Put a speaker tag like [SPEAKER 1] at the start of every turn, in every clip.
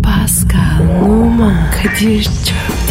[SPEAKER 1] Pascal, Oman, Kadir çok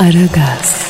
[SPEAKER 1] Aragaz,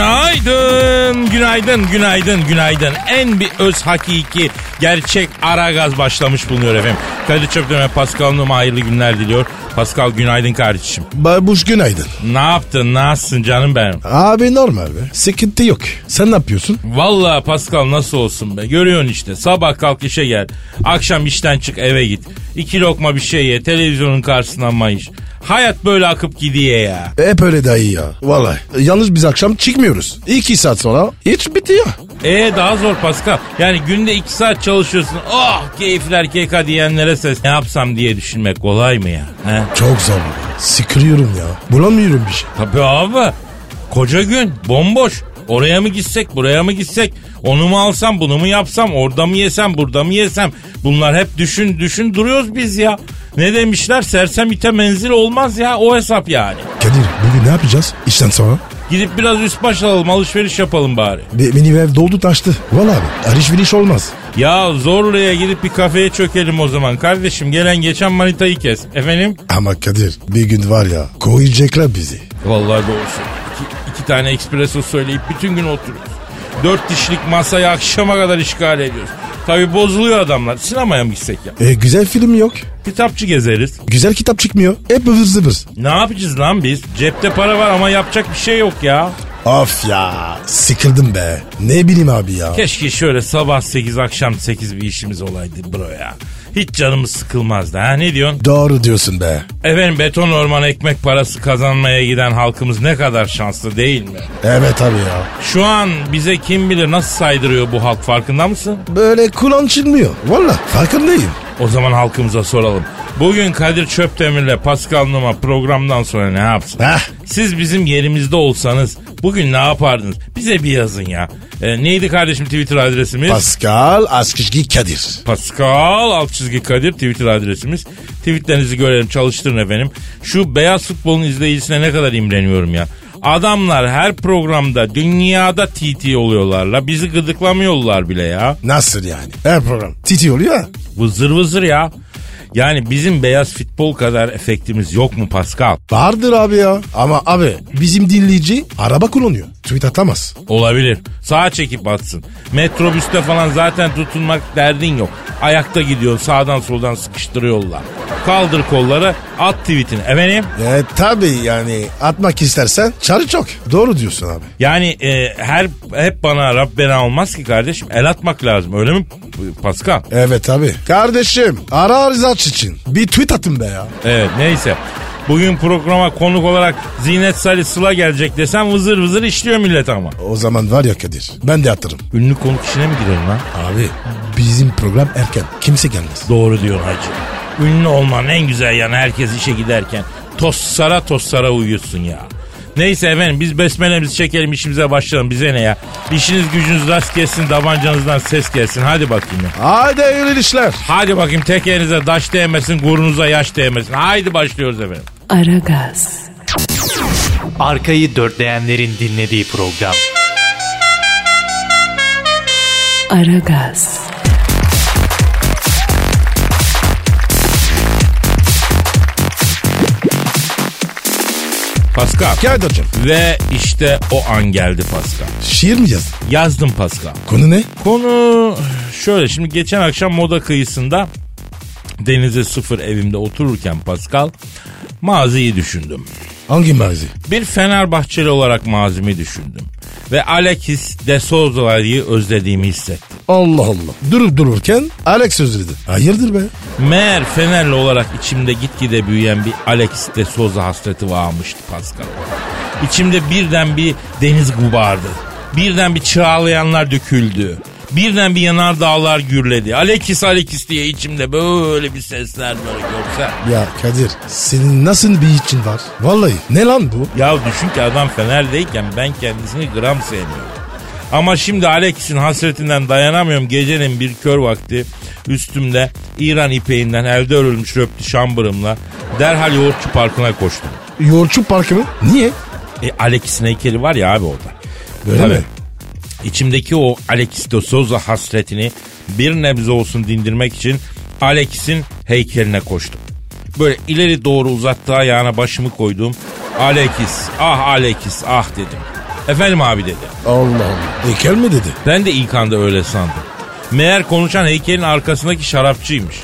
[SPEAKER 2] Günaydın, günaydın, günaydın, günaydın. En bir öz hakiki gerçek ara gaz başlamış bulunuyor efendim. Kadir Çöpten ve Pascal Numa hayırlı günler diliyor. Pascal günaydın kardeşim.
[SPEAKER 3] Babuş günaydın.
[SPEAKER 2] Ne yaptın, nasılsın canım benim?
[SPEAKER 3] Abi normal be. Sıkıntı yok. Sen ne yapıyorsun?
[SPEAKER 2] Vallahi Pascal nasıl olsun be. Görüyorsun işte sabah kalk işe gel. Akşam işten çık eve git. İki lokma bir şey ye. Televizyonun karşısına mayış. Hayat böyle akıp gidiyor ya.
[SPEAKER 3] E, Hep öyle dayı ya. Vallahi. Yalnız biz akşam çıkmıyoruz. İki saat sonra hiç bitiyor.
[SPEAKER 2] Ee daha zor Pascal. Yani günde iki saat çalışıyorsun. Oh keyifler keka diyenlere ses. Ne yapsam diye düşünmek kolay mı ya? He?
[SPEAKER 3] Çok zor. Sıkılıyorum ya. Bulamıyorum bir şey.
[SPEAKER 2] Tabii abi. Koca gün bomboş. Oraya mı gitsek buraya mı gitsek? Onu mu alsam bunu mu yapsam? Orada mı yesem burada mı yesem? Bunlar hep düşün düşün duruyoruz biz ya. Ne demişler sersem ite menzil olmaz ya o hesap yani.
[SPEAKER 3] Kadir bugün ne yapacağız? İşten sonra.
[SPEAKER 2] Gidip biraz üst baş alalım alışveriş yapalım bari.
[SPEAKER 3] Be- benim ev doldu taştı. Vallahi abi. Alışveriş olmaz.
[SPEAKER 2] Ya Zorlu'ya gidip bir kafeye çökelim o zaman. Kardeşim gelen geçen manitayı kes. Efendim?
[SPEAKER 3] Ama Kadir bir gün var ya koyacaklar bizi.
[SPEAKER 2] Vallahi doğrusu. İki, iki tane espresso söyleyip bütün gün oturuyoruz. Dört dişlik masayı akşama kadar işgal ediyoruz. Tabi bozuluyor adamlar. Sinemaya mı gitsek ya?
[SPEAKER 3] E, güzel film yok.
[SPEAKER 2] Kitapçı gezeriz.
[SPEAKER 3] Güzel kitap çıkmıyor. Hep ıvır zıvır.
[SPEAKER 2] Ne yapacağız lan biz? Cepte para var ama yapacak bir şey yok ya.
[SPEAKER 3] Of ya sıkıldım be. Ne bileyim abi ya.
[SPEAKER 2] Keşke şöyle sabah 8 akşam 8 bir işimiz olaydı bro ya. Hiç canımız sıkılmazdı ha ne diyorsun?
[SPEAKER 3] Doğru diyorsun be.
[SPEAKER 2] Efendim beton orman ekmek parası kazanmaya giden halkımız ne kadar şanslı değil mi?
[SPEAKER 3] Evet abi ya.
[SPEAKER 2] Şu an bize kim bilir nasıl saydırıyor bu halk farkında mısın?
[SPEAKER 3] Böyle kulağın çınlıyor. Valla farkındayım.
[SPEAKER 2] O zaman halkımıza soralım. Bugün Kadir Çöpdemir'le Pascal Numa programdan sonra ne yapsın?
[SPEAKER 3] Heh.
[SPEAKER 2] Siz bizim yerimizde olsanız bugün ne yapardınız? Bize bir yazın ya. Ee, neydi kardeşim Twitter adresimiz?
[SPEAKER 3] Pascal Askışki Kadir.
[SPEAKER 2] Pascal alt çizgi Kadir Twitter adresimiz. Tweetlerinizi görelim çalıştırın efendim. Şu beyaz futbolun izleyicisine ne kadar imreniyorum ya. Adamlar her programda dünyada TT oluyorlar la. Bizi gıdıklamıyorlar bile ya.
[SPEAKER 3] Nasıl yani? Her program. Titi oluyor ya.
[SPEAKER 2] Vızır vızır ya. Yani bizim beyaz futbol kadar efektimiz yok mu Pascal?
[SPEAKER 3] Vardır abi ya. Ama abi bizim dinleyici araba kullanıyor. Tweet atamaz.
[SPEAKER 2] Olabilir. Sağa çekip atsın. Metrobüste falan zaten tutunmak derdin yok. Ayakta gidiyorsun sağdan soldan sıkıştırıyorlar. Kaldır kolları at tweetini. Efendim?
[SPEAKER 3] E tabi yani atmak istersen çarı çok. Doğru diyorsun abi.
[SPEAKER 2] Yani e, her hep bana Rabbena olmaz ki kardeşim. El atmak lazım öyle mi Pascal?
[SPEAKER 3] Evet abi. Kardeşim ara arızaç için bir tweet atın be ya.
[SPEAKER 2] Evet neyse. Bugün programa konuk olarak Zinet Salih Sıla gelecek desem vızır vızır işliyor millet ama.
[SPEAKER 3] O zaman var ya Kadir ben de atarım.
[SPEAKER 2] Ünlü konuk işine mi girelim lan?
[SPEAKER 3] Abi bizim program erken. Kimse gelmez.
[SPEAKER 2] Doğru diyor hacı. Ünlü olmanın en güzel yanı herkes işe giderken tossara tossara uyuyorsun ya. Neyse efendim biz besmelemizi çekelim işimize başlayalım bize ne ya. İşiniz gücünüz rast gelsin tabancanızdan ses gelsin hadi bakayım ya.
[SPEAKER 3] Haydi hayırlı işler.
[SPEAKER 2] Hadi bakayım tekerinize taş değmesin gurunuza yaş değmesin. Haydi başlıyoruz efendim.
[SPEAKER 1] Aragaz,
[SPEAKER 4] Arkayı dörtleyenlerin dinlediği program.
[SPEAKER 1] Aragaz,
[SPEAKER 2] Pascal.
[SPEAKER 3] Gel hocam.
[SPEAKER 2] Ve işte o an geldi Pascal.
[SPEAKER 3] Şiir mi yazdın?
[SPEAKER 2] Yazdım Pascal.
[SPEAKER 3] Konu ne?
[SPEAKER 2] Konu şöyle şimdi geçen akşam moda kıyısında denize sıfır evimde otururken Pascal maziyi düşündüm.
[SPEAKER 3] Hangi mazi?
[SPEAKER 2] Bir Fenerbahçeli olarak mazimi düşündüm. Ve Alexis de Souza'yı özlediğimi hissettim.
[SPEAKER 3] Allah Allah. Durup dururken Alex özledi. Hayırdır be?
[SPEAKER 2] Meğer Fenerli olarak içimde gitgide büyüyen bir Alexis de Souza hasreti varmıştı Pascal. İçimde birden bir deniz gubardı. Birden bir çağlayanlar döküldü. Birden bir yanar dağlar gürledi. Alekis Alekis diye içimde böyle bir sesler böyle görsen.
[SPEAKER 3] Ya Kadir senin nasıl bir için var? Vallahi ne lan bu?
[SPEAKER 2] Ya düşün ki adam Fener'deyken ben kendisini gram sevmiyorum. Ama şimdi Alex'in hasretinden dayanamıyorum. Gecenin bir kör vakti üstümde İran ipeğinden elde örülmüş röptü şambırımla derhal yoğurtçu parkına koştum.
[SPEAKER 3] Yoğurtçu parkı mı? Niye?
[SPEAKER 2] E, Alex'in heykeli var ya abi orada.
[SPEAKER 3] Böyle
[SPEAKER 2] Tabii.
[SPEAKER 3] mi?
[SPEAKER 2] İçimdeki o Alexis de Souza hasretini bir nebze olsun dindirmek için Alex'in heykeline koştum. Böyle ileri doğru uzattığı ayağına başımı koydum. Alexis, ah Alexis, ah dedim. Efendim abi dedi.
[SPEAKER 3] Allah Allah. Heykel mi E, dedi?
[SPEAKER 2] Ben de ilk anda öyle sandım. Meğer konuşan heykelin arkasındaki şarapçıymış.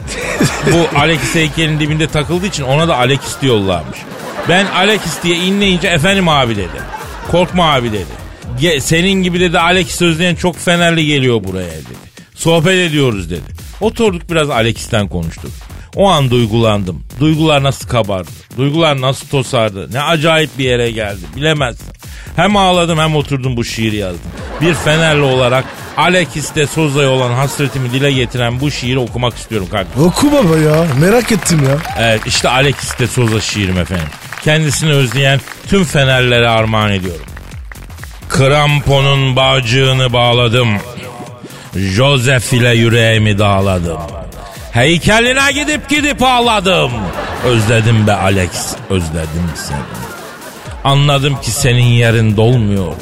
[SPEAKER 2] Bu Alexis heykelin dibinde takıldığı için ona da Alexis diyorlarmış. Ben Alexis diye inleyince efendim abi dedi. Korkma abi dedi. "Ge- senin gibi dedi Alexis özleyen çok fenerli geliyor buraya dedi. Sohbet ediyoruz dedi. Oturduk biraz Alexis'ten konuştuk. O an duygulandım. Duygular nasıl kabardı? Duygular nasıl tosardı? Ne acayip bir yere geldi bilemezsin. Hem ağladım hem oturdum bu şiiri yazdım. Bir Fenerli olarak Alexis de Souza'ya olan hasretimi dile getiren bu şiiri okumak istiyorum kanka.
[SPEAKER 3] Oku baba ya. Merak ettim ya.
[SPEAKER 2] Evet işte Alexis de Souza şiirim efendim. Kendisini özleyen tüm fenerlere armağan ediyorum. Kramponun bağcığını bağladım. Joseph ile yüreğimi dağladım. Heykeline gidip gidip ağladım. Özledim be Alex, özledim seni. Anladım ki senin yerin dolmuyor.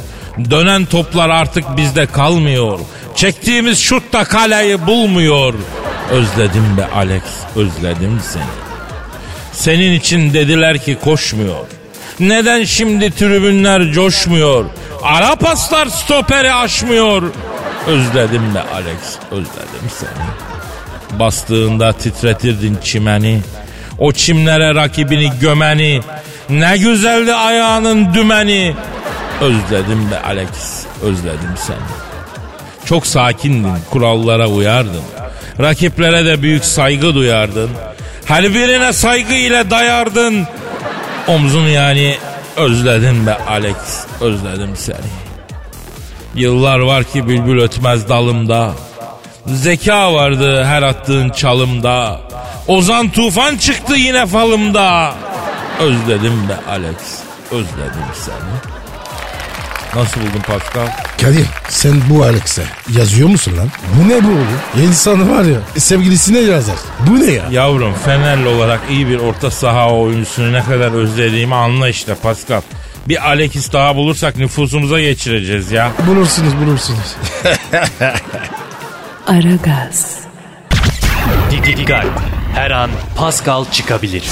[SPEAKER 2] Dönen toplar artık bizde kalmıyor. Çektiğimiz şut da kaleyi bulmuyor. Özledim be Alex, özledim seni. Senin için dediler ki koşmuyor. Neden şimdi tribünler coşmuyor? Ara paslar stoperi aşmıyor. Özledim be Alex, özledim seni. Bastığında titretirdin çimeni. O çimlere rakibini gömeni. Ne güzeldi ayağının dümeni. Özledim be Alex, özledim seni. Çok sakindin, kurallara uyardın. Rakiplere de büyük saygı duyardın. Her birine saygı ile dayardın. Omzunu yani özledim be Alex, özledim seni. Yıllar var ki bülbül ötmez dalımda. Zeka vardı her attığın çalımda. Ozan Tufan çıktı yine falımda. Özledim be Alex, özledim seni. Nasıl buldun Pascal?
[SPEAKER 3] Kadir sen bu Alex'e yazıyor musun lan? Bu ne bu oğlum? İnsan var ya e, sevgilisine yazar. Bu ne ya?
[SPEAKER 2] Yavrum Fenerli olarak iyi bir orta saha oyuncusunu ne kadar özlediğimi anla işte Pascal. Bir Alexis daha bulursak nüfusumuza geçireceğiz ya.
[SPEAKER 3] Bulursunuz bulursunuz.
[SPEAKER 1] Aragaz,
[SPEAKER 4] Didi Digal. Her an Pascal çıkabilir.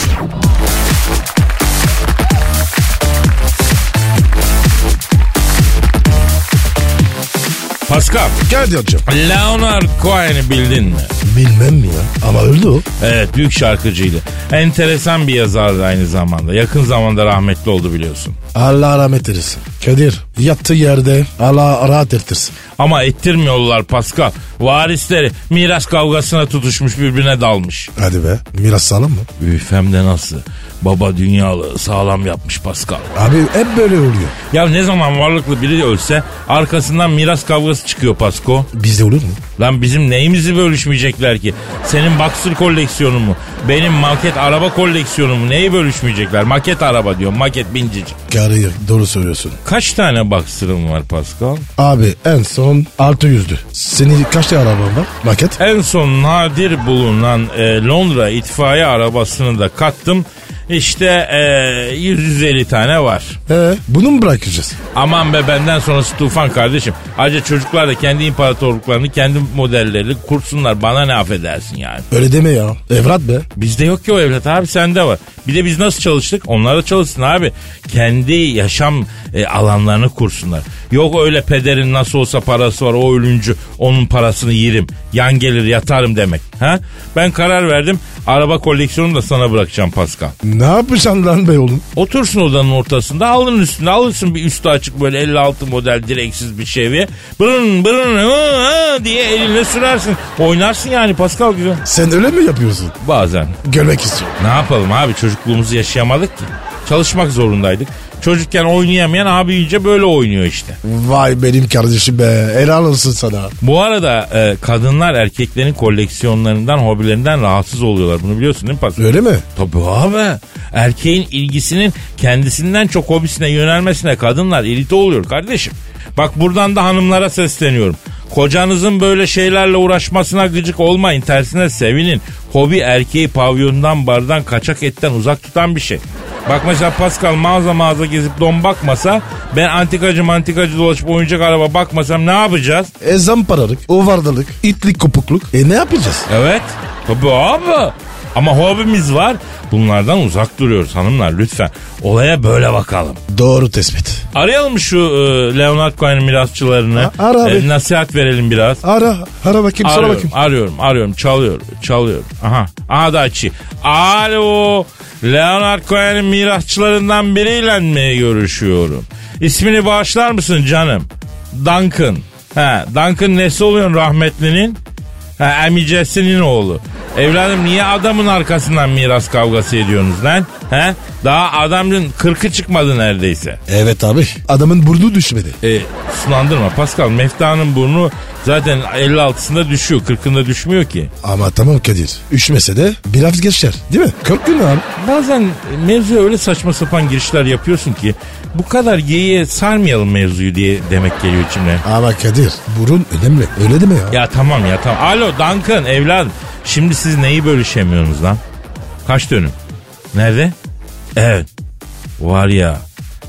[SPEAKER 2] Pascal,
[SPEAKER 3] Kadir hocam.
[SPEAKER 2] Leonard Cohen'i bildin mi?
[SPEAKER 3] Bilmem mi ya? Ama öldü o.
[SPEAKER 2] Evet büyük şarkıcıydı. Enteresan bir yazardı aynı zamanda. Yakın zamanda rahmetli oldu biliyorsun.
[SPEAKER 3] Allah rahmet eylesin. Kadir yattığı yerde Allah rahat ettirsin.
[SPEAKER 2] Ama ettirmiyorlar Pascal. Varisleri miras kavgasına tutuşmuş birbirine dalmış.
[SPEAKER 3] Hadi be. Miras sağlam mı?
[SPEAKER 2] Üf hem de nasıl. Baba dünyalı sağlam yapmış Pascal.
[SPEAKER 3] Abi hep böyle oluyor.
[SPEAKER 2] Ya ne zaman varlıklı biri ölse arkasından miras kavgası çıkıyor Pasko.
[SPEAKER 3] Bizde olur mu?
[SPEAKER 2] Lan bizim neyimizi bölüşmeyecekler ki? Senin boxer koleksiyonun mu? Benim maket araba koleksiyonum mu? Neyi bölüşmeyecekler? Maket araba diyor. Maket bincicik.
[SPEAKER 3] Kadir doğru söylüyorsun.
[SPEAKER 2] Kaç tane boxer'ın var Pascal?
[SPEAKER 3] Abi en son 600'dü. Senin kaç tane araban var? Maket?
[SPEAKER 2] En son nadir bulunan e, Londra itfaiye arabasını da kattım. İşte e, 150 tane var.
[SPEAKER 3] Ee, bunu mu bırakacağız?
[SPEAKER 2] Aman be benden sonrası tufan kardeşim. Ayrıca çocuklar da kendi imparatorluklarını kendi modellerini kursunlar. Bana ne affedersin yani.
[SPEAKER 3] Öyle deme ya. Evrat be.
[SPEAKER 2] Bizde yok ki o evlat abi sende var. Bir de biz nasıl çalıştık? Onlar da çalışsın abi. Kendi yaşam e, alanlarını kursunlar. Yok öyle pederin nasıl olsa parası var o ölüncü onun parasını yerim. Yan gelir yatarım demek. Ha? Ben karar verdim. Araba koleksiyonunu da sana bırakacağım Pascal.
[SPEAKER 3] Ne yapacaksın lan be oğlum?
[SPEAKER 2] Otursun odanın ortasında alın üstüne alırsın bir üstü açık böyle 56 model direksiz bir Chevy. Bırın bırın hı, hı diye elinle sürersin. Oynarsın yani Pascal güzel.
[SPEAKER 3] Sen öyle mi yapıyorsun?
[SPEAKER 2] Bazen.
[SPEAKER 3] Görmek istiyorum.
[SPEAKER 2] Ne yapalım abi çocukluğumuzu yaşayamadık ki. çalışmak zorundaydık. Çocukken oynayamayan abi iyice böyle oynuyor işte.
[SPEAKER 3] Vay benim kardeşim be. Helal olsun sana.
[SPEAKER 2] Bu arada e, kadınlar erkeklerin koleksiyonlarından, hobilerinden rahatsız oluyorlar. Bunu biliyorsun değil mi Pascal?
[SPEAKER 3] Öyle mi?
[SPEAKER 2] Tabii abi. Erkeğin ilgisinin kendisinden çok hobisine yönelmesine kadınlar irite oluyor kardeşim. Bak buradan da hanımlara sesleniyorum. Kocanızın böyle şeylerle uğraşmasına gıcık olmayın. Tersine sevinin. Hobi erkeği pavyondan, bardan, kaçak etten uzak tutan bir şey. Bak mesela Pascal mağaza mağaza gezip don bakmasa ben antikacı mantikacı dolaşıp oyuncak araba bakmasam ne yapacağız?
[SPEAKER 3] E zamparalık, ovardalık, itlik kopukluk. E ne yapacağız?
[SPEAKER 2] Evet. Tabii abi. Ama hobimiz var. Bunlardan uzak duruyoruz hanımlar lütfen. Olaya böyle bakalım.
[SPEAKER 3] Doğru tespit.
[SPEAKER 2] Arayalım şu e, Leonard Cohen'in mirasçılarını. E,
[SPEAKER 3] A- ara abi.
[SPEAKER 2] nasihat verelim biraz.
[SPEAKER 3] Ara, ara bakayım sana
[SPEAKER 2] Arıyorum,
[SPEAKER 3] bakayım.
[SPEAKER 2] arıyorum, arıyorum, çalıyor, çalıyor. Aha, aha da açı. Alo, Leonard Cohen'in mirasçılarından biriyle mi görüşüyorum? İsmini bağışlar mısın canım? Duncan. Ha, Duncan nesi oluyorsun rahmetlinin? Ha, emicesinin oğlu. Evladım niye adamın arkasından miras kavgası ediyorsunuz lan? He? Daha adamın kırkı çıkmadı neredeyse.
[SPEAKER 3] Evet abi. Adamın burnu düşmedi.
[SPEAKER 2] E, sulandırma Pascal. Mefta'nın burnu zaten 56'sında düşüyor. 40'ında düşmüyor ki.
[SPEAKER 3] Ama tamam Kadir. Üşmese de biraz geçer. Değil mi? 40 gün abi.
[SPEAKER 2] Bazen mevzuya öyle saçma sapan girişler yapıyorsun ki bu kadar geyiğe sarmayalım mevzuyu diye demek geliyor içimden.
[SPEAKER 3] Ama Kadir burun önemli. Öyle değil mi ya?
[SPEAKER 2] Ya tamam ya tamam. Alo Duncan evladım. Şimdi siz neyi bölüşemiyorsunuz lan? Kaç dönüm? Nerede? Evet. Var ya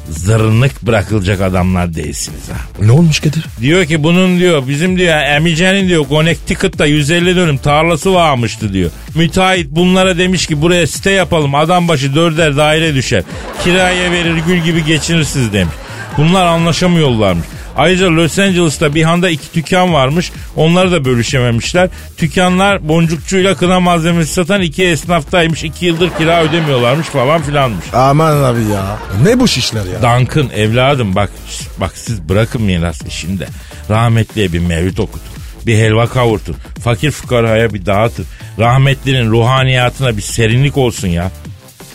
[SPEAKER 2] zırnık bırakılacak adamlar değilsiniz ha.
[SPEAKER 3] Ne olmuş Kadir?
[SPEAKER 2] Diyor ki bunun diyor bizim diyor Emice'nin diyor Connecticut'ta 150 dönüm tarlası varmıştı diyor. Müteahhit bunlara demiş ki buraya site yapalım adam başı dörder daire düşer. Kiraya verir gül gibi geçinirsiniz demiş. Bunlar anlaşamıyorlarmış. Ayrıca Los Angeles'ta bir handa iki dükkan varmış. Onları da bölüşememişler. Dükkanlar boncukçuyla kına malzemesi satan iki esnaftaymış. iki yıldır kira ödemiyorlarmış falan filanmış.
[SPEAKER 3] Aman abi ya. Ne bu şişler ya?
[SPEAKER 2] Duncan evladım bak şş, bak siz bırakın miras işini de. Rahmetliye bir mevlüt okutun. Bir helva kavurtun. Fakir fukaraya bir dağıtın. Rahmetlinin ruhaniyatına bir serinlik olsun ya.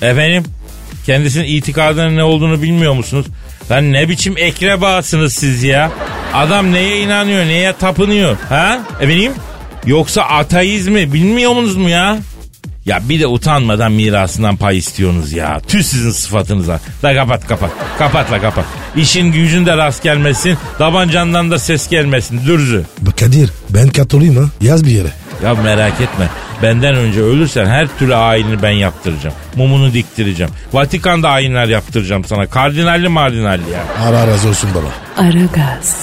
[SPEAKER 2] Efendim kendisinin itikadının ne olduğunu bilmiyor musunuz? Lan ne biçim ekrebasınız siz ya? Adam neye inanıyor, neye tapınıyor? Ha? Efendim? Yoksa ateizmi bilmiyor musunuz mu ya? Ya bir de utanmadan mirasından pay istiyorsunuz ya. Tüh sizin sıfatınıza. Da kapat kapat. Kapat la kapat. İşin gücün de rast gelmesin. Tabancandan da ses gelmesin. Dürzü.
[SPEAKER 3] Bak Kadir ben Katoliyim ha. Yaz bir yere.
[SPEAKER 2] Ya merak etme. Benden önce ölürsen her türlü ayini ben yaptıracağım. Mumunu diktireceğim. Vatikan'da ayinler yaptıracağım sana. Kardinalli mardinalli ya.
[SPEAKER 3] Ara razı olsun baba.
[SPEAKER 1] Aragaz,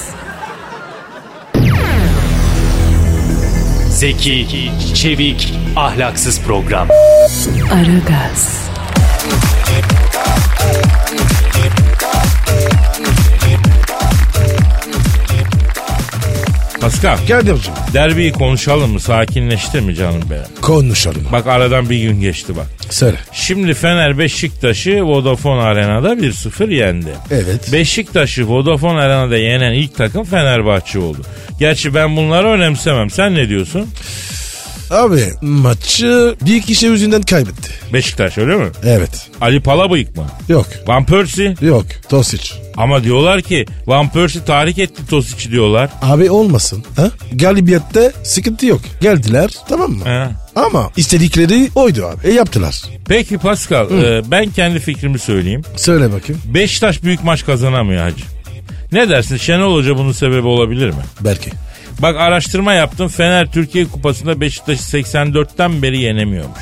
[SPEAKER 4] Zeki, çevik, ahlaksız program.
[SPEAKER 1] Aragaz,
[SPEAKER 2] Pascal
[SPEAKER 3] Kadir'cim
[SPEAKER 2] derbiyi konuşalım mı? Sakinleştir mi canım benim?
[SPEAKER 3] konuşalım.
[SPEAKER 2] Bak aradan bir gün geçti bak.
[SPEAKER 3] Söyle.
[SPEAKER 2] Şimdi Fener Beşiktaş'ı Vodafone Arena'da 1-0 yendi.
[SPEAKER 3] Evet.
[SPEAKER 2] Beşiktaş'ı Vodafone Arena'da yenen ilk takım Fenerbahçe oldu. Gerçi ben bunları önemsemem. Sen ne diyorsun?
[SPEAKER 3] Abi maçı bir kişi yüzünden kaybetti.
[SPEAKER 2] Beşiktaş öyle mi?
[SPEAKER 3] Evet.
[SPEAKER 2] Ali Palabıyık mı?
[SPEAKER 3] Yok.
[SPEAKER 2] Van Persie?
[SPEAKER 3] Yok. Tosic.
[SPEAKER 2] Ama diyorlar ki Van Persie tahrik etti Tosic'i diyorlar.
[SPEAKER 3] Abi olmasın. Ha? Galibiyette sıkıntı yok. Geldiler tamam mı?
[SPEAKER 2] He.
[SPEAKER 3] Ama istedikleri oydu abi. E yaptılar.
[SPEAKER 2] Peki Pascal e, ben kendi fikrimi söyleyeyim.
[SPEAKER 3] Söyle bakayım.
[SPEAKER 2] Beşiktaş büyük maç kazanamıyor hacı. Ne dersin Şenol Hoca bunun sebebi olabilir mi?
[SPEAKER 3] Belki.
[SPEAKER 2] Bak araştırma yaptım. Fener Türkiye Kupası'nda Beşiktaş'ı 84'ten beri yenemiyormuş.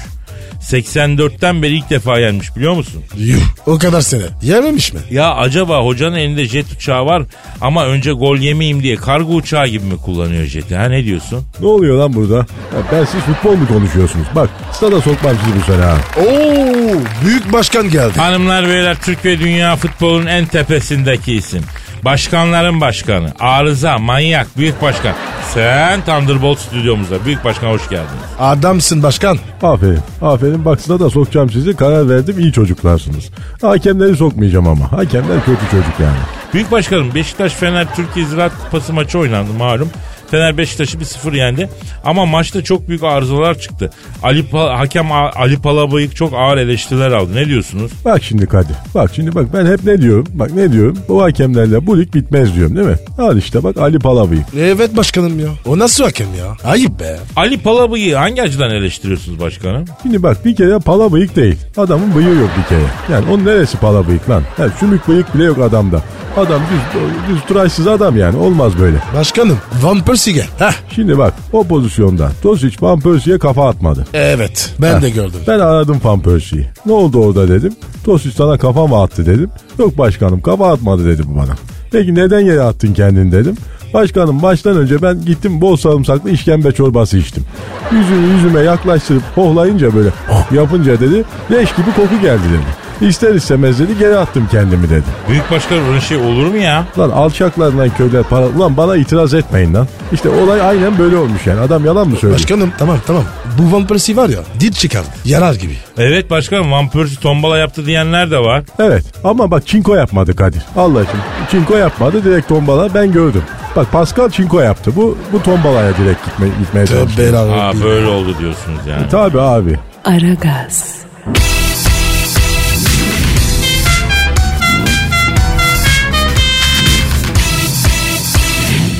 [SPEAKER 2] 84'ten beri ilk defa yenmiş biliyor musun?
[SPEAKER 3] Yuh. O kadar sene. Yememiş mi?
[SPEAKER 2] Ya acaba hocanın elinde jet uçağı var ama önce gol yemeyeyim diye kargo uçağı gibi mi kullanıyor jeti? Ha ne diyorsun?
[SPEAKER 5] Ne oluyor lan burada? Ya ben siz futbol mu konuşuyorsunuz? Bak sana sokmam sizi bu sene ha.
[SPEAKER 3] Oo, büyük başkan geldi.
[SPEAKER 2] Hanımlar beyler Türk ve dünya futbolunun en tepesindeki isim. Başkanların başkanı. Arıza, manyak, büyük başkan. Sen Thunderbolt stüdyomuzda. Büyük başkan hoş geldiniz.
[SPEAKER 3] Adamsın başkan.
[SPEAKER 5] Aferin. Aferin bak sana da sokacağım sizi. Karar verdim iyi çocuklarsınız. Hakemleri sokmayacağım ama. Hakemler kötü çocuk yani.
[SPEAKER 2] Büyük başkanım Beşiktaş Fener Türkiye Ziraat Kupası maçı oynandı malum. Fener Beşiktaş'ı bir sıfır yendi. Ama maçta çok büyük arızalar çıktı. Ali Pa- hakem A- Ali Palabıyık çok ağır eleştiriler aldı. Ne diyorsunuz?
[SPEAKER 5] Bak şimdi Kadir. Bak şimdi bak ben hep ne diyorum? Bak ne diyorum? Bu hakemlerle bu lig bitmez diyorum değil mi? Al işte bak Ali Palabıyık.
[SPEAKER 3] Evet başkanım ya. O nasıl hakem ya? Ayıp be.
[SPEAKER 2] Ali Palabıyık'ı hangi açıdan eleştiriyorsunuz başkanım?
[SPEAKER 5] Şimdi bak bir kere palabıyık değil. Adamın bıyığı yok bir kere. Yani onun neresi palabıyık lan? Yani sümük bıyık bile yok adamda. Adam düz, düz tıraşsız adam yani olmaz böyle.
[SPEAKER 3] Başkanım Van Persie gel. Heh.
[SPEAKER 5] Şimdi bak o pozisyonda Tosic Van Persie'ye kafa atmadı.
[SPEAKER 3] Evet ben de gördüm.
[SPEAKER 5] Ben aradım Van Persie'yi. Ne oldu orada dedim. Tosic sana kafa mı attı dedim. Yok başkanım kafa atmadı dedi bu bana. Peki neden yere attın kendini dedim. Başkanım baştan önce ben gittim bol sarımsaklı işkembe çorbası içtim. Yüzümü yüzüme yaklaştırıp hohlayınca böyle "Oh!" yapınca dedi leş gibi koku geldi dedi. İster istemez dedi geri attım kendimi dedi.
[SPEAKER 2] Büyük başkan öyle şey olur mu ya?
[SPEAKER 5] Lan alçaklarından köyler para... Ulan bana itiraz etmeyin lan. İşte olay aynen böyle olmuş yani. Adam yalan mı söylüyor?
[SPEAKER 3] Başkanım tamam tamam. Bu Van Persie var ya dil çıkar. Yarar gibi.
[SPEAKER 2] Evet başkanım Van Persie tombala yaptı diyenler de var.
[SPEAKER 5] Evet ama bak çinko yapmadı Kadir. Allah için çinko yapmadı direkt tombala ben gördüm. Bak Pascal çinko yaptı. Bu bu tombalaya direkt gitme, gitmeye çalıştı.
[SPEAKER 3] Tövbe
[SPEAKER 2] Aa
[SPEAKER 3] yarabbim.
[SPEAKER 2] böyle oldu diyorsunuz yani.
[SPEAKER 5] Tabii abi.
[SPEAKER 1] Aragaz,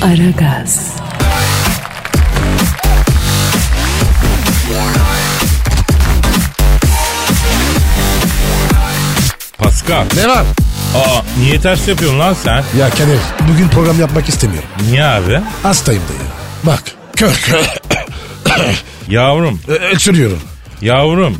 [SPEAKER 1] Aragaz,
[SPEAKER 2] Pascal.
[SPEAKER 3] Ne var?
[SPEAKER 2] Aa niye ters yapıyorsun lan sen?
[SPEAKER 3] Ya Kadir bugün program yapmak istemiyorum.
[SPEAKER 2] Niye abi?
[SPEAKER 3] Hastayım da ya. Bak kör kör.
[SPEAKER 2] Yavrum,
[SPEAKER 3] Ö- Öksürüyorum.
[SPEAKER 2] yavrum.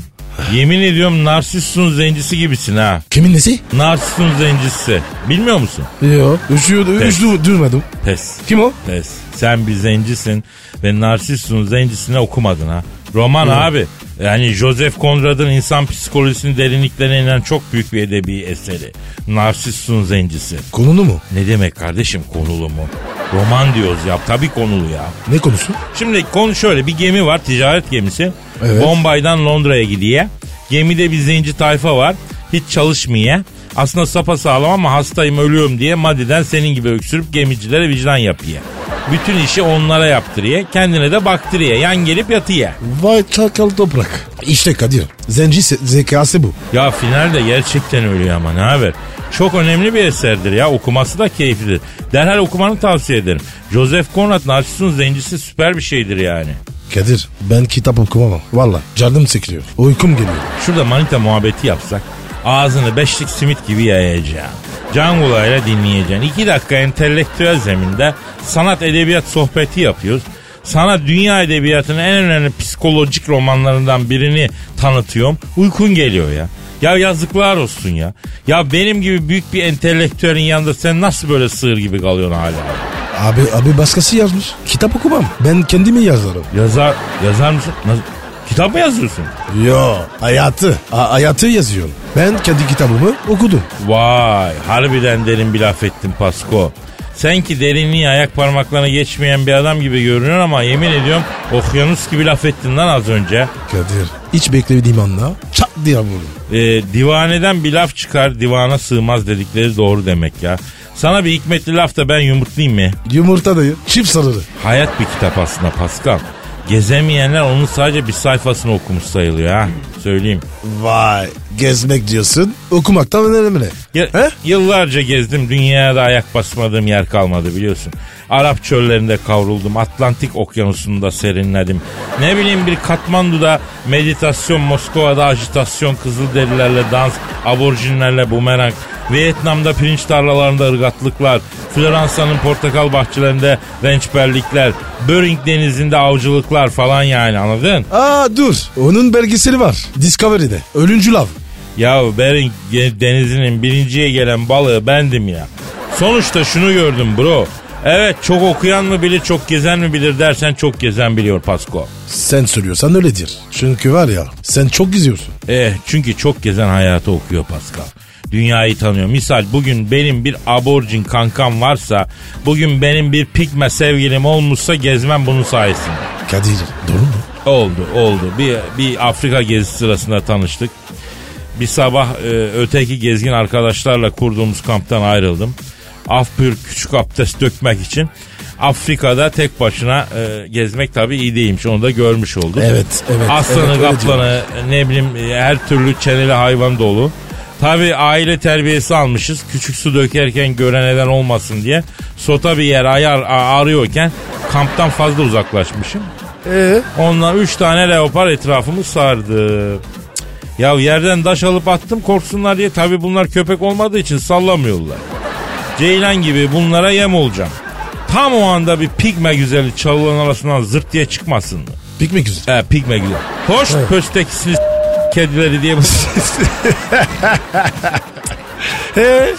[SPEAKER 2] Yemin ediyorum narsistsun zencisi gibisin ha.
[SPEAKER 3] Kimin nesi?
[SPEAKER 2] Narsistsun zencisi. Bilmiyor musun?
[SPEAKER 3] Yok. Üşüyordu.
[SPEAKER 2] Evet.
[SPEAKER 3] Hiç du- duymadım.
[SPEAKER 2] Pes.
[SPEAKER 3] Kim o?
[SPEAKER 2] Pes. Sen bir zencisin ve narsistsun zencisine okumadın ha. Roman abi. Yani Joseph Conrad'ın insan psikolojisinin derinliklerine inen çok büyük bir edebi eseri. Narsistsun zencisi.
[SPEAKER 3] Konunu mu?
[SPEAKER 2] Ne demek kardeşim konulu mu? Roman diyoruz ya. Tabii konulu ya.
[SPEAKER 3] Ne konusu?
[SPEAKER 2] Şimdi konu şöyle bir gemi var ticaret gemisi.
[SPEAKER 3] Evet.
[SPEAKER 2] Bombay'dan Londra'ya gidiyor. Gemide bir zenci tayfa var. Hiç çalışmıyor. Aslında sapa sağlam ama hastayım ölüyorum diye Madi'den senin gibi öksürüp gemicilere vicdan yapıyor. Bütün işi onlara yaptırıyor. Kendine de baktırıyor. Yan gelip yatıyor.
[SPEAKER 3] Vay çakal toprak. İşte Kadir. Zenci se- zekası bu.
[SPEAKER 2] Ya finalde gerçekten ölüyor ama ne haber? Çok önemli bir eserdir ya okuması da keyiflidir. Derhal okumanı tavsiye ederim. Joseph Conrad Narsist'un zencisi süper bir şeydir yani.
[SPEAKER 3] Kadir ben kitap okumam. Valla canım sıkılıyor. Uykum geliyor.
[SPEAKER 2] Şurada manita muhabbeti yapsak ağzını beşlik simit gibi yayacağım. Can kulağıyla dinleyeceksin. İki dakika entelektüel zeminde sanat edebiyat sohbeti yapıyoruz. Sana dünya edebiyatının en önemli psikolojik romanlarından birini tanıtıyorum. Uykun geliyor ya. Ya yazıklar olsun ya. Ya benim gibi büyük bir entelektüelin yanında sen nasıl böyle sığır gibi kalıyorsun hala?
[SPEAKER 3] Abi abi başkası yazmış. Kitap okumam. Ben kendimi yazarım.
[SPEAKER 2] Yazar, yazar mısın? Nasıl? Kitap mı yazıyorsun?
[SPEAKER 3] Yo hayatı. A- hayatı yazıyorum. Ben kendi kitabımı okudum.
[SPEAKER 2] Vay harbiden derin bir laf ettin Pasko. Sen ki derinliği ayak parmaklarına geçmeyen bir adam gibi görünüyor ama yemin ediyorum okyanus gibi laf ettin lan az önce.
[SPEAKER 3] Kadir hiç beklediğim anla çat diye vurdum.
[SPEAKER 2] Ee, divaneden bir laf çıkar divana sığmaz dedikleri doğru demek ya. Sana bir hikmetli laf da ben yumurtlayayım mı?
[SPEAKER 3] Yumurta dayı. Çift sarılı.
[SPEAKER 2] Hayat bir kitap aslında Pascal. Gezemeyenler onun sadece bir sayfasını okumuş sayılıyor ha. Söyleyeyim.
[SPEAKER 3] Vay gezmek diyorsun okumaktan önemli.
[SPEAKER 2] Ya-
[SPEAKER 3] He?
[SPEAKER 2] yıllarca gezdim dünyada ayak basmadığım yer kalmadı biliyorsun. Arap çöllerinde kavruldum. Atlantik okyanusunda serinledim. Ne bileyim bir Katmandu'da meditasyon, Moskova'da ajitasyon, Kızılderililerle dans, aborjinlerle bumerang, Vietnam'da pirinç tarlalarında ırgatlıklar, Floransa'nın portakal bahçelerinde rençberlikler, Böring denizinde avcılıklar falan yani anladın?
[SPEAKER 3] Aa dur onun belgeseli var Discovery'de Ölüncü Lav.
[SPEAKER 2] Ya Bering denizinin birinciye gelen balığı bendim ya. Sonuçta şunu gördüm bro. Evet çok okuyan mı bilir çok gezen mi bilir dersen çok gezen biliyor Pasko.
[SPEAKER 3] Sen söylüyorsan öyledir. Çünkü var ya sen çok geziyorsun.
[SPEAKER 2] Eh çünkü çok gezen hayatı okuyor Pascal. Dünyayı tanıyor. Misal bugün benim bir aborjin kankam varsa, bugün benim bir pigme sevgilim olmuşsa gezmem bunun sayesinde.
[SPEAKER 3] Kadir doğru mu?
[SPEAKER 2] Oldu oldu. Bir, bir Afrika gezisi sırasında tanıştık. Bir sabah e, öteki gezgin arkadaşlarla kurduğumuz kamptan ayrıldım. Af pür küçük abdest dökmek için. Afrika'da tek başına e, gezmek tabii iyi değilmiş. Onu da görmüş olduk.
[SPEAKER 3] Evet, evet,
[SPEAKER 2] Aslanı,
[SPEAKER 3] evet, öyle
[SPEAKER 2] kaplanı, ne bileyim e, her türlü çeneli hayvan dolu. Tabii aile terbiyesi almışız. Küçük su dökerken gören eden olmasın diye. Sota bir yer ayar a- arıyorken kamptan fazla uzaklaşmışım.
[SPEAKER 3] Ee?
[SPEAKER 2] Onunla üç tane leopar etrafımı sardı. Cık. Ya yerden taş alıp attım korksunlar diye. Tabii bunlar köpek olmadığı için sallamıyorlar. Ceylan gibi bunlara yem olacağım. Tam o anda bir pigme güzeli çalıların arasından zırt diye çıkmasın.
[SPEAKER 3] Pikme güzel.
[SPEAKER 2] He pigme güzel. Hoş
[SPEAKER 3] Evet.
[SPEAKER 2] pöstekisiniz kedileri diye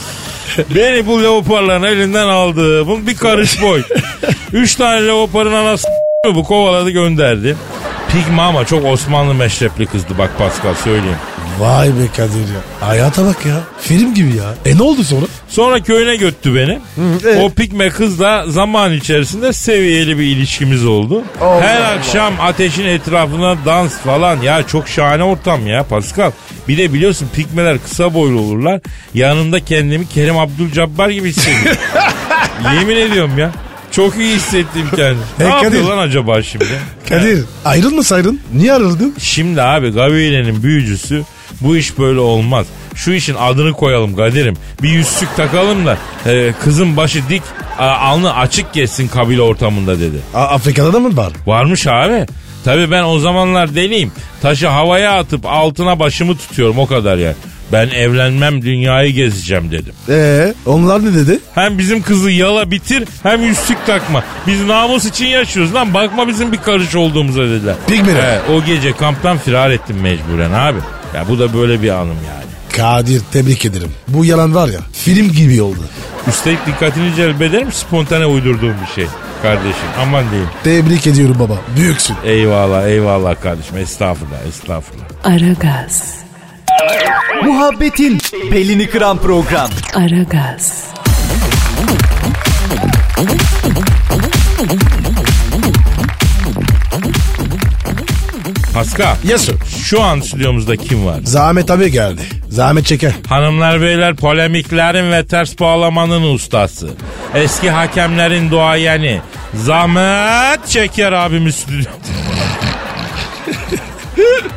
[SPEAKER 2] Beni bu leoparların elinden aldı. Bu bir karış boy. Üç tane leoparın anası bu kovaladı gönderdi. Pigme ama çok Osmanlı meşrepli kızdı bak Pascal söyleyeyim.
[SPEAKER 3] Vay be Kadir ya. Hayata bak ya. Film gibi ya. E ne oldu sonra?
[SPEAKER 2] Sonra köyüne götü beni. O pikme kızla zaman içerisinde seviyeli bir ilişkimiz oldu. Her akşam ateşin etrafına dans falan. Ya çok şahane ortam ya Pascal. Bir de biliyorsun pikmeler kısa boylu olurlar. Yanında kendimi Kerim Abdülcabbar gibi hissediyorum. Yemin ediyorum ya. Çok iyi hissettim kendimi. ne
[SPEAKER 3] E,
[SPEAKER 2] yapıyor
[SPEAKER 3] Kadir.
[SPEAKER 2] lan acaba şimdi?
[SPEAKER 3] Kadir ayrıl mı sayrın? Niye ayrıldın?
[SPEAKER 2] Şimdi abi Gavile'nin büyücüsü bu iş böyle olmaz. Şu işin adını koyalım Kadir'im. Bir yüzsük takalım da e, kızın başı dik a- alnı açık geçsin kabile ortamında dedi.
[SPEAKER 3] A- Afrika'da da mı var?
[SPEAKER 2] Varmış abi. Tabii ben o zamanlar deliyim. Taşı havaya atıp altına başımı tutuyorum o kadar yani. Ben evlenmem dünyayı gezeceğim dedim.
[SPEAKER 3] Ee, onlar ne dedi?
[SPEAKER 2] Hem bizim kızı yala bitir hem yüzsük takma. Biz namus için yaşıyoruz lan bakma bizim bir karış olduğumuza dediler.
[SPEAKER 3] Pigmeni.
[SPEAKER 2] He, o gece kamptan firar ettim mecburen abi. Ya bu da böyle bir anım yani.
[SPEAKER 3] Kadir tebrik ederim. Bu yalan var ya film gibi oldu.
[SPEAKER 2] Üstelik dikkatini celbederim spontane uydurduğum bir şey kardeşim. Aman diyeyim.
[SPEAKER 3] Tebrik ediyorum baba. Büyüksün.
[SPEAKER 2] Eyvallah eyvallah kardeşim estağfurullah estağfurullah.
[SPEAKER 1] Aragaz,
[SPEAKER 4] Muhabbetin belini kıran program.
[SPEAKER 1] Aragaz,
[SPEAKER 2] Paska
[SPEAKER 3] Yes sir.
[SPEAKER 2] şu an stüdyomuzda kim var?
[SPEAKER 3] Zahmet abi geldi. Zahmet çeker.
[SPEAKER 2] Hanımlar beyler polemiklerin ve ters bağlamanın ustası. Eski hakemlerin duayeni. Zahmet Çeker abimiz stüdyo.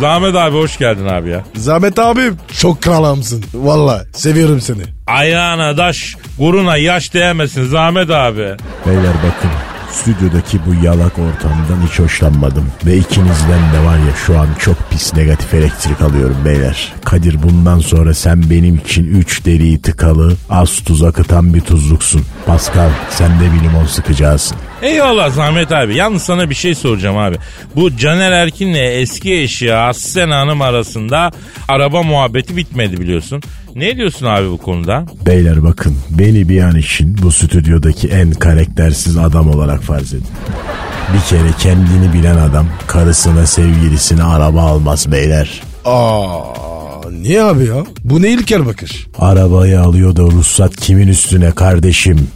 [SPEAKER 2] Zahmet abi hoş geldin abi ya.
[SPEAKER 3] Zahmet abim çok kralımsın. Valla seviyorum seni.
[SPEAKER 2] Ayağına daş, guruna yaş değmesin Zahmet abi.
[SPEAKER 6] Beyler bakın stüdyodaki bu yalak ortamdan hiç hoşlanmadım. Ve ikinizden de var ya şu an çok pis negatif elektrik alıyorum beyler. Kadir bundan sonra sen benim için üç deriyi tıkalı az tuz akıtan bir tuzluksun. Pascal sen de bir limon sıkacaksın.
[SPEAKER 2] Eyvallah Zahmet abi. Yalnız sana bir şey soracağım abi. Bu Caner Erkin'le eski eşi Aslen Hanım arasında araba muhabbeti bitmedi biliyorsun. Ne diyorsun abi bu konuda?
[SPEAKER 6] Beyler bakın beni bir an için bu stüdyodaki en karaktersiz adam olarak farz edin. Bir kere kendini bilen adam karısına sevgilisine araba almaz beyler.
[SPEAKER 3] Aa, niye abi ya? Bu ne ilkel bakış?
[SPEAKER 6] Arabayı alıyor da ruhsat kimin üstüne kardeşim?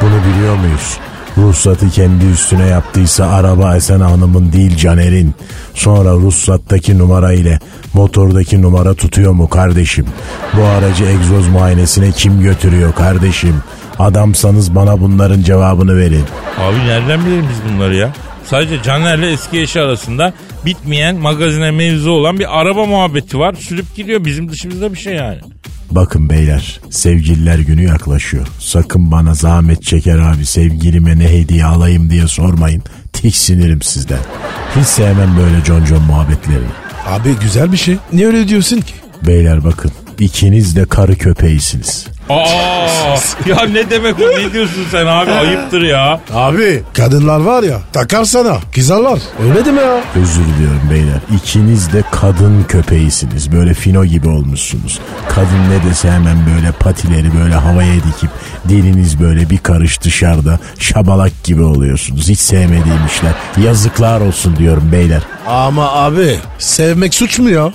[SPEAKER 6] Bunu biliyor muyuz? Ruhsatı kendi üstüne yaptıysa araba Esen Hanım'ın değil Caner'in. Sonra ruhsattaki numara ile motordaki numara tutuyor mu kardeşim? Bu aracı egzoz muayenesine kim götürüyor kardeşim? Adamsanız bana bunların cevabını verin.
[SPEAKER 2] Abi nereden bilelim biz bunları ya? Sadece Caner'le eski eşi arasında bitmeyen magazine mevzu olan bir araba muhabbeti var. Sürüp gidiyor bizim dışımızda bir şey yani.
[SPEAKER 6] Bakın beyler sevgililer günü yaklaşıyor. Sakın bana zahmet çeker abi sevgilime ne hediye alayım diye sormayın. Tiksinirim sizden. Hiç sevmem böyle concon muhabbetlerini.
[SPEAKER 3] Abi güzel bir şey. Niye öyle diyorsun ki?
[SPEAKER 6] Beyler bakın ikiniz de karı köpeğisiniz.
[SPEAKER 2] Aa, ya ne demek o ne diyorsun sen abi ayıptır ya.
[SPEAKER 3] Abi kadınlar var ya takar sana. Kızarlar. Öyle deme ya.
[SPEAKER 6] Özür diliyorum beyler. İkiniz de kadın köpeğisiniz. Böyle fino gibi olmuşsunuz. Kadın ne dese hemen böyle patileri böyle havaya dikip diliniz böyle bir karış dışarıda şabalak gibi oluyorsunuz. Hiç sevmediğim işler. Yazıklar olsun diyorum beyler.
[SPEAKER 3] Ama abi sevmek suç mu ya?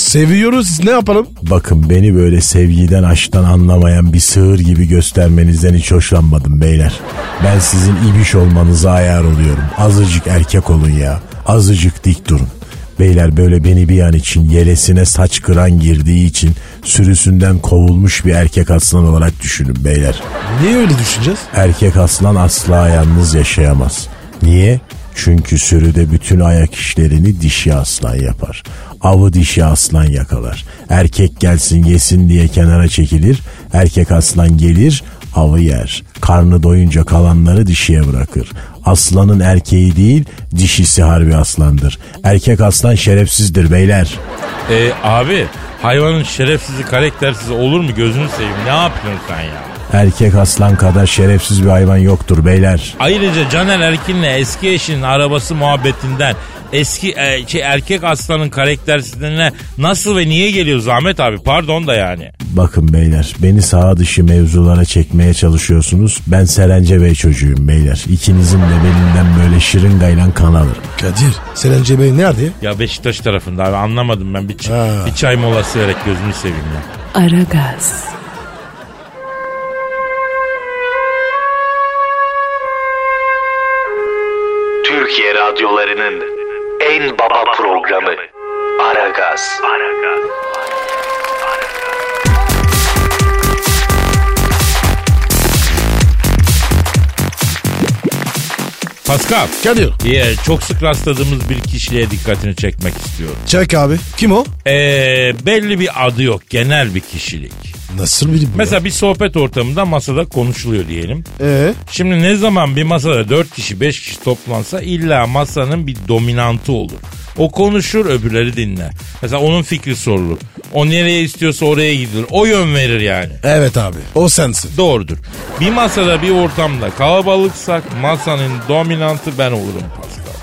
[SPEAKER 3] Seviyoruz ne yapalım?
[SPEAKER 6] Bakın beni böyle sevgiden aşktan anlamayan bir sığır gibi göstermenizden hiç hoşlanmadım beyler. Ben sizin ibiş olmanıza ayar oluyorum. Azıcık erkek olun ya. Azıcık dik durun. Beyler böyle beni bir an için yelesine saç kıran girdiği için sürüsünden kovulmuş bir erkek aslan olarak düşünün beyler.
[SPEAKER 3] Niye öyle düşüneceğiz?
[SPEAKER 6] Erkek aslan asla yalnız yaşayamaz. Niye? Çünkü sürüde bütün ayak işlerini dişi aslan yapar. Avı dişi aslan yakalar. Erkek gelsin yesin diye kenara çekilir. Erkek aslan gelir avı yer. Karnı doyunca kalanları dişiye bırakır. Aslanın erkeği değil dişisi harbi aslandır. Erkek aslan şerefsizdir beyler.
[SPEAKER 2] E, abi hayvanın şerefsizi karaktersizi olur mu gözünü seveyim ne yapıyorsun sen ya?
[SPEAKER 6] Erkek aslan kadar şerefsiz bir hayvan yoktur beyler.
[SPEAKER 2] Ayrıca Caner Erkin'le eski eşinin arabası muhabbetinden eski e, şey, erkek aslanın karaktersizliğine nasıl ve niye geliyor Zahmet abi pardon da yani.
[SPEAKER 6] Bakın beyler beni sağa dışı mevzulara çekmeye çalışıyorsunuz. Ben Serence Bey çocuğuyum beyler. İkinizin de belinden böyle şırıngayla kan alırım.
[SPEAKER 3] Kadir Serence Bey nerede?
[SPEAKER 2] Ya Beşiktaş tarafında abi anlamadım ben bir,
[SPEAKER 3] Ha.
[SPEAKER 2] ç- bir çay molası vererek gözünü seveyim ya.
[SPEAKER 1] Aragaz,
[SPEAKER 7] Türkiye radyolarının en baba programı Aragaz.
[SPEAKER 2] Pascal.
[SPEAKER 3] Kadir.
[SPEAKER 2] Ya, çok sık rastladığımız bir kişiliğe dikkatini çekmek istiyorum.
[SPEAKER 3] Çek abi. Kim o?
[SPEAKER 2] Ee, belli bir adı yok genel bir kişilik.
[SPEAKER 3] Nasıl biri bu
[SPEAKER 2] Mesela bir sohbet ortamında masada konuşuluyor diyelim.
[SPEAKER 3] ya? Ee?
[SPEAKER 2] Şimdi ne zaman bir masada 4 kişi 5 kişi toplansa illa masanın bir dominantı olur. O konuşur öbürleri dinler. Mesela onun fikri sorulur. O nereye istiyorsa oraya gidilir. O yön verir yani.
[SPEAKER 3] Evet abi. O sensin.
[SPEAKER 2] Doğrudur. Bir masada bir ortamda kalabalıksak masanın dominantı ben olurum Pascal.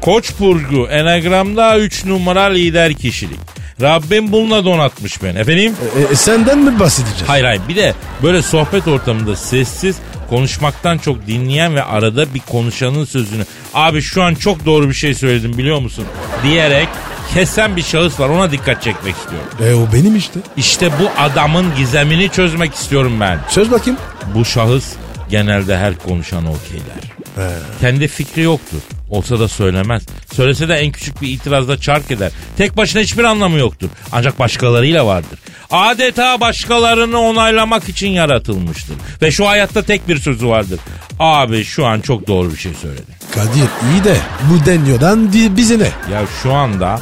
[SPEAKER 2] Koç burcu enagramda 3 numara lider kişilik. Rabbim bununla donatmış beni. Efendim?
[SPEAKER 3] E, e, senden mi bahsedeceğiz?
[SPEAKER 2] Hayır hayır bir de böyle sohbet ortamında sessiz konuşmaktan çok dinleyen ve arada bir konuşanın sözünü abi şu an çok doğru bir şey söyledim biliyor musun diyerek kesen bir şahıs var ona dikkat çekmek istiyorum.
[SPEAKER 3] E, o benim işte.
[SPEAKER 2] İşte bu adamın gizemini çözmek istiyorum ben.
[SPEAKER 3] Söz bakayım.
[SPEAKER 2] Bu şahıs genelde her konuşan okeyler. Kendi fikri yoktur. Olsa da söylemez. Söylese de en küçük bir itirazda çark eder. Tek başına hiçbir anlamı yoktur. Ancak başkalarıyla vardır. Adeta başkalarını onaylamak için yaratılmıştır. Ve şu hayatta tek bir sözü vardır. Abi şu an çok doğru bir şey söyledi.
[SPEAKER 3] Kadir iyi de bu deniyordan di- bize ne?
[SPEAKER 2] Ya şu anda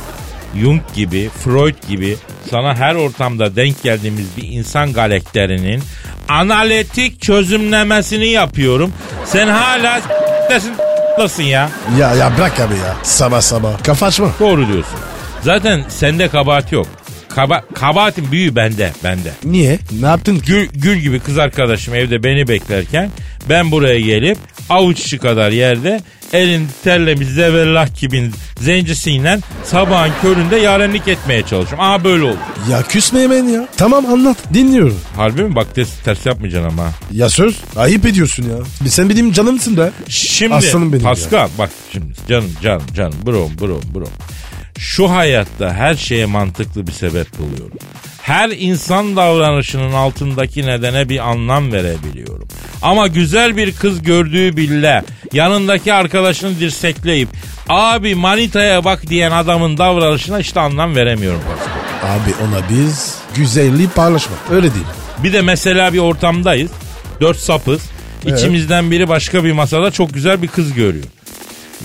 [SPEAKER 2] Jung gibi, Freud gibi sana her ortamda denk geldiğimiz bir insan galakterinin analitik çözümlemesini yapıyorum. Sen hala desin ya.
[SPEAKER 3] Ya ya bırak abi ya. Sabah sabah. Kafa açma.
[SPEAKER 2] Doğru diyorsun. Zaten sende kabahat yok. Kaba, kabahatin büyüğü bende, bende.
[SPEAKER 3] Niye? Ne yaptın ki?
[SPEAKER 2] Gül, gül gibi kız arkadaşım evde beni beklerken ben buraya gelip avuç içi kadar yerde elin terlemiş zevellah gibi zencisiyle sabahın köründe yarenlik etmeye çalışıyorum. Aa böyle oldu.
[SPEAKER 3] Ya küsme hemen ya. Tamam anlat. Dinliyorum.
[SPEAKER 2] Harbi mi? Bak ters, ters yapmayacaksın ama. ha.
[SPEAKER 3] Ya söz. Ayıp ediyorsun ya. Sen benim canımsın da.
[SPEAKER 2] Şimdi
[SPEAKER 3] Aslanım benim
[SPEAKER 2] Pascal bak şimdi canım canım canım bro bro bro. Şu hayatta her şeye mantıklı bir sebep buluyorum. Her insan davranışının altındaki nedene bir anlam verebiliyorum. Ama güzel bir kız gördüğü bile yanındaki arkadaşını dirsekleyip abi manitaya bak diyen adamın davranışına işte anlam veremiyorum. Pascal.
[SPEAKER 3] Abi ona biz güzelliği paylaşma. Öyle değil.
[SPEAKER 2] Bir de mesela bir ortamdayız. Dört sapız. İçimizden biri başka bir masada çok güzel bir kız görüyor.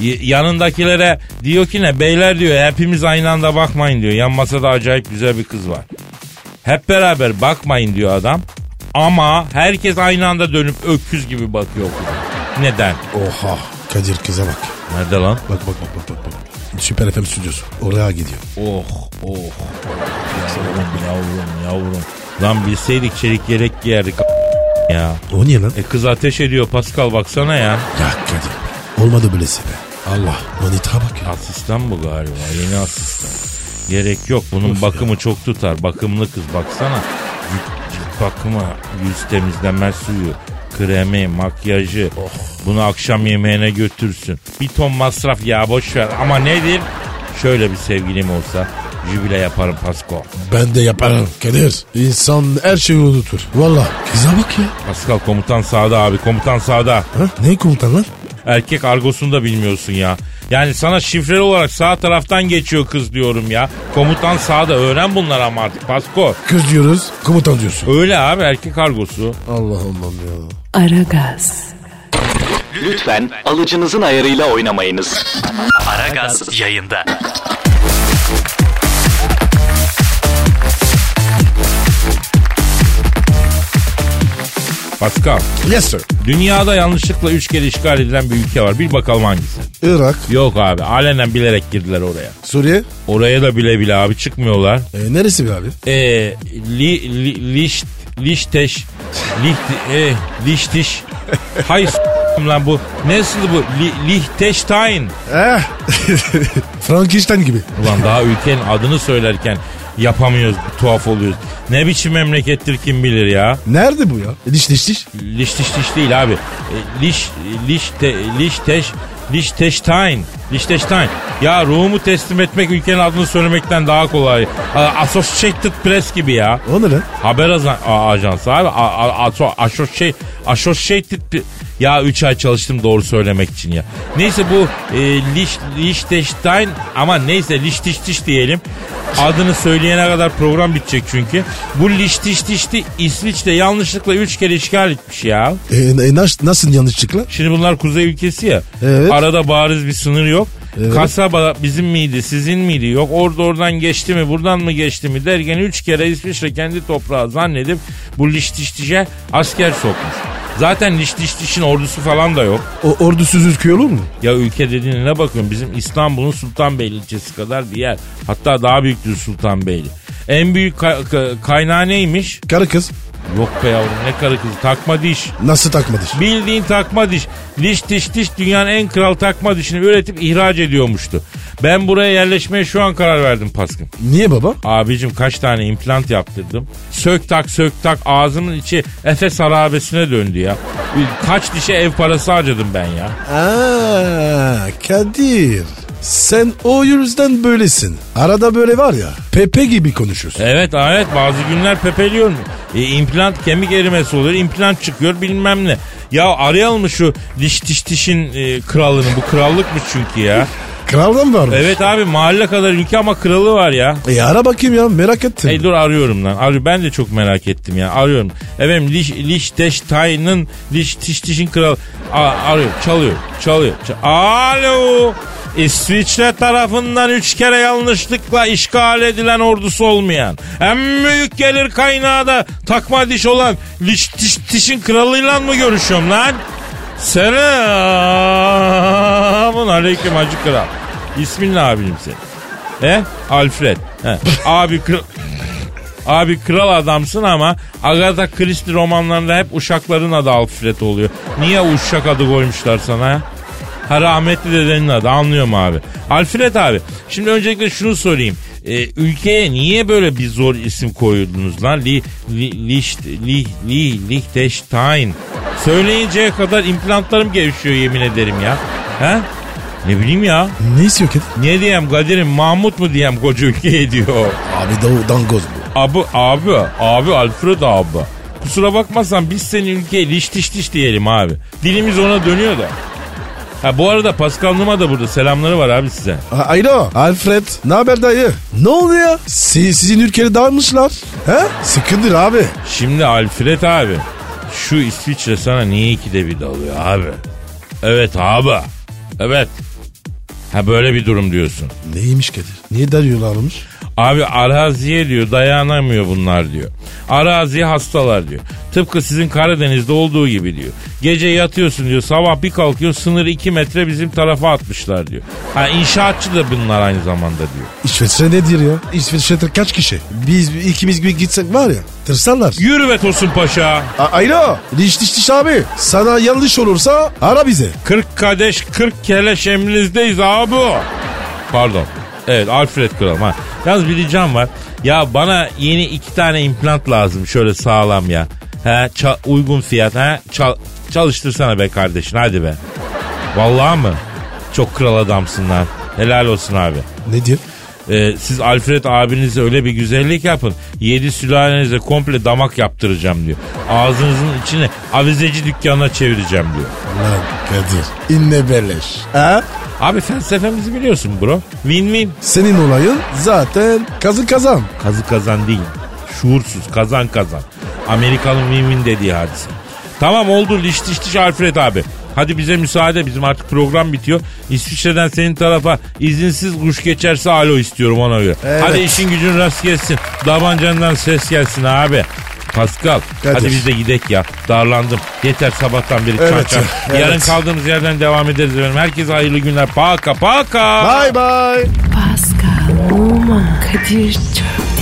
[SPEAKER 2] Y- Yanındakilere diyor ki ne beyler diyor hepimiz aynı anda bakmayın diyor. Yan masada acayip güzel bir kız var. Hep beraber bakmayın diyor adam. Ama herkes aynı anda dönüp öküz gibi bakıyor. kıza. Neden?
[SPEAKER 3] Oha. Kadir kıza bak.
[SPEAKER 2] Nerede lan?
[SPEAKER 3] Bak bak bak bak bak. bak. Süper FM stüdyosu. Oraya gidiyor.
[SPEAKER 2] Oh oh. Yavrum yavrum yavrum. Lan bilseydik çelik yelek giyerdik a- ya.
[SPEAKER 3] O niye lan?
[SPEAKER 2] E kız ateş ediyor Pascal baksana ya.
[SPEAKER 3] Ya Kadir. Olmadı böylesi be. Allah. Manita bak ya.
[SPEAKER 2] Asistan bu galiba yeni asistan. Gerek yok bunun bakımı çok tutar. Bakımlı kız baksana. Cilt, cilt bakımı, yüz temizleme suyu, kremi, makyajı. Bunu akşam yemeğine götürsün. Bir ton masraf ya boş ver. Ama nedir? Şöyle bir sevgilim olsa jübile yaparım Pasko.
[SPEAKER 3] Ben de yaparım Kadir. İnsan her şeyi unutur. Valla. Kıza bak ya.
[SPEAKER 2] Pascal komutan sağda abi komutan sağda.
[SPEAKER 3] Ha? Ne komutan lan?
[SPEAKER 2] Erkek argosunu da bilmiyorsun ya. Yani sana şifreli olarak sağ taraftan geçiyor kız diyorum ya. Komutan sağda öğren bunlar ama artık Pasko.
[SPEAKER 3] Kız diyoruz komutan diyorsun.
[SPEAKER 2] Öyle abi erkek argosu.
[SPEAKER 3] Allah Allah ya.
[SPEAKER 1] Aragaz,
[SPEAKER 7] Lütfen alıcınızın ayarıyla oynamayınız.
[SPEAKER 4] Aragaz yayında.
[SPEAKER 2] Pascal
[SPEAKER 3] Yes sir.
[SPEAKER 2] dünyada yanlışlıkla üç kere işgal edilen bir ülke var. Bir bakalım hangisi?
[SPEAKER 3] Irak,
[SPEAKER 2] Yok abi alenen bilerek girdiler oraya.
[SPEAKER 3] Suriye.
[SPEAKER 2] Oraya da bile bile abi çıkmıyorlar.
[SPEAKER 3] E, neresi be abi?
[SPEAKER 2] Eee li, li, liş, lişteş liht, e, liştiş Hay s**tim lan bu. Nasıl bu? Li, Lihteştayn.
[SPEAKER 3] Eh. Frankenstein gibi.
[SPEAKER 2] Ulan daha ülkenin adını söylerken yapamıyoruz. Tuhaf oluyoruz. Ne biçim memlekettir kim bilir ya.
[SPEAKER 3] Nerede bu ya? E, Diş diş diş.
[SPEAKER 2] Liş diş diş değil abi. E, liş liş te, liş teş liş teştayn. Liş teştayn. Ya ruhumu teslim etmek ülkenin adını söylemekten daha kolay. A- Associated Press gibi ya.
[SPEAKER 3] O ne lan?
[SPEAKER 2] Haber azan, a- ajansı abi. A, a, aso- associ- associated Pre- ya 3 ay çalıştım doğru söylemek için ya. Neyse bu e, Liş, Liechtenstein ama neyse Liechtenstein diyelim. Adını söyleyene kadar program bitecek çünkü. Bu Liechtenstein'i İsviçre yanlışlıkla 3 kere işgal etmiş ya.
[SPEAKER 3] E, e, nas- nasıl yanlışlıkla?
[SPEAKER 2] Şimdi bunlar kuzey ülkesi ya.
[SPEAKER 3] Evet.
[SPEAKER 2] Arada bariz bir sınır yok. Kasaba bizim miydi sizin miydi yok orada oradan geçti mi buradan mı geçti mi derken üç kere İsviçre kendi toprağı zannedip bu Liechtenstein'e asker sokmuş. Zaten Liechtenstein'in ordusu falan da yok.
[SPEAKER 3] O ordusuz ülke olur mu?
[SPEAKER 2] Ya ülke dediğine ne bakıyorsun bizim İstanbul'un Sultanbeyli ilçesi kadar bir yer. Hatta daha büyüktür Sultanbeyli. En büyük ka- ka- kaynağı neymiş?
[SPEAKER 3] Karı kız
[SPEAKER 2] Yok be yavrum ne karı kızı takma diş.
[SPEAKER 3] nasıl takma diş?
[SPEAKER 2] Bildiğin takma diş. Diş diş diş dünyanın en kral takma dişini üretip ihraç ediyormuştu. Ben buraya yerleşmeye şu an karar verdim Paskın.
[SPEAKER 3] Niye baba?
[SPEAKER 2] Abicim kaç tane implant yaptırdım. Sök tak sök tak ağzımın içi Efes harabesine döndü ya. Kaç dişe ev parası harcadım ben ya.
[SPEAKER 3] Aa, Kadir. Sen o yüzden böylesin. Arada böyle var ya. Pepe gibi konuşuyorsun.
[SPEAKER 2] Evet evet bazı günler pepeliyorum. E, implant kemik erimesi oluyor. implant çıkıyor bilmem ne. Ya arayalım mı şu diş diş dişin e, kralını? Bu krallıkmış çünkü ya.
[SPEAKER 3] Kraldan var mı?
[SPEAKER 2] Evet abi mahalle kadar ülke ama kralı var ya.
[SPEAKER 3] E ara bakayım ya merak ettim.
[SPEAKER 2] Ey dur arıyorum lan. Arıyor. Ben de çok merak ettim ya. Arıyorum. Efendim Liş, Liechtenstein'ın Liechtenstein'in kralı. A, arıyor. Çalıyor. Çalıyor. Çal- Alo. İsviçre tarafından üç kere yanlışlıkla işgal edilen ordusu olmayan, en büyük gelir kaynağı da takma diş olan Liechtenstein'in kralıyla mı görüşüyorum lan? Selamun aleyküm hacı kral. İsmin ne abicim senin? He? Alfred. He. Abi kral... Abi kral adamsın ama Agatha Christie romanlarında hep uşakların adı Alfred oluyor. Niye uşak adı koymuşlar sana ya? Ha rahmetli dedenin adı anlıyorum abi. Alfred abi şimdi öncelikle şunu sorayım. Ee, ülkeye niye böyle bir zor isim koyuldunuz lan? Li, li, Licht- li, li, Liechtenstein. Söyleyinceye kadar implantlarım gevşiyor yemin ederim ya. He? Ne bileyim ya.
[SPEAKER 3] Ne istiyor ki?
[SPEAKER 2] Ne diyeyim Kadir'im Mahmut mu diyeyim koca ülkeye diyor.
[SPEAKER 3] Abi da dangoz bu.
[SPEAKER 2] Abi abi abi Alfred abi. Kusura bakmazsan biz senin ülkeye liş tiş tiş diyelim abi. Dilimiz ona dönüyor da. Ha bu arada Pascal Numa da burada selamları var abi size.
[SPEAKER 3] A- Alo Alfred ne haber dayı? Ne oluyor ya? Si- sizin ülkede dağılmışlar. He? Sıkındır abi.
[SPEAKER 2] Şimdi Alfred abi şu İsviçre sana niye ikide bir dalıyor abi? Evet abi. Evet. Ha böyle bir durum diyorsun.
[SPEAKER 3] Neymiş Kadir? Niye darıyorlarmış?
[SPEAKER 2] Abi araziye diyor dayanamıyor bunlar diyor. Arazi hastalar diyor. Tıpkı sizin Karadeniz'de olduğu gibi diyor. Gece yatıyorsun diyor sabah bir kalkıyor sınırı 2 metre bizim tarafa atmışlar diyor. Ha inşaatçı da bunlar aynı zamanda diyor.
[SPEAKER 3] İsveçre nedir ya? İsveçre kaç kişi? Biz ikimiz gibi gitsek var ya tırsarlar.
[SPEAKER 2] Yürü be Tosun Paşa.
[SPEAKER 3] A- Alo diş diş diş abi sana yanlış olursa ara bize.
[SPEAKER 2] 40 kadeş 40 keleş emrinizdeyiz abi. Pardon. Evet Alfred Kral. Ha. Yalnız bir ricam var. Ya bana yeni iki tane implant lazım şöyle sağlam ya. He, ça- uygun fiyat. He, çal- çalıştırsana be kardeşin hadi be. Vallahi mı? Çok kral adamsın lan. Helal olsun abi.
[SPEAKER 3] Ne diyor?
[SPEAKER 2] Ee, siz Alfred abinize öyle bir güzellik yapın. Yedi sülalenize komple damak yaptıracağım diyor. Ağzınızın içine avizeci dükkanına çevireceğim diyor.
[SPEAKER 3] Lan Kadir inne beleş. Ha?
[SPEAKER 2] Abi felsefemizi biliyorsun bro. Win-win.
[SPEAKER 3] Senin olayın zaten kazı kazan.
[SPEAKER 2] Kazı kazan değil. Şuursuz kazan kazan. Amerikanın win-win dediği hadise. Tamam oldu liş diş diş Alfred abi. Hadi bize müsaade bizim artık program bitiyor. İsviçre'den senin tarafa izinsiz kuş geçerse alo istiyorum ona göre.
[SPEAKER 3] Evet.
[SPEAKER 2] Hadi işin gücün rast gelsin. Davancandan ses gelsin abi. Pascal
[SPEAKER 3] Kadir.
[SPEAKER 2] hadi biz de gidek ya. Darlandım. Yeter sabahtan beri
[SPEAKER 3] Evet
[SPEAKER 2] çarçar.
[SPEAKER 3] ya,
[SPEAKER 2] Yarın
[SPEAKER 3] evet.
[SPEAKER 2] kaldığımız yerden devam ederiz efendim. Herkese hayırlı günler. Paka paka.
[SPEAKER 3] Bye bye.
[SPEAKER 1] Pascal, Oman, Kadir çok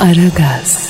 [SPEAKER 1] Aragaz.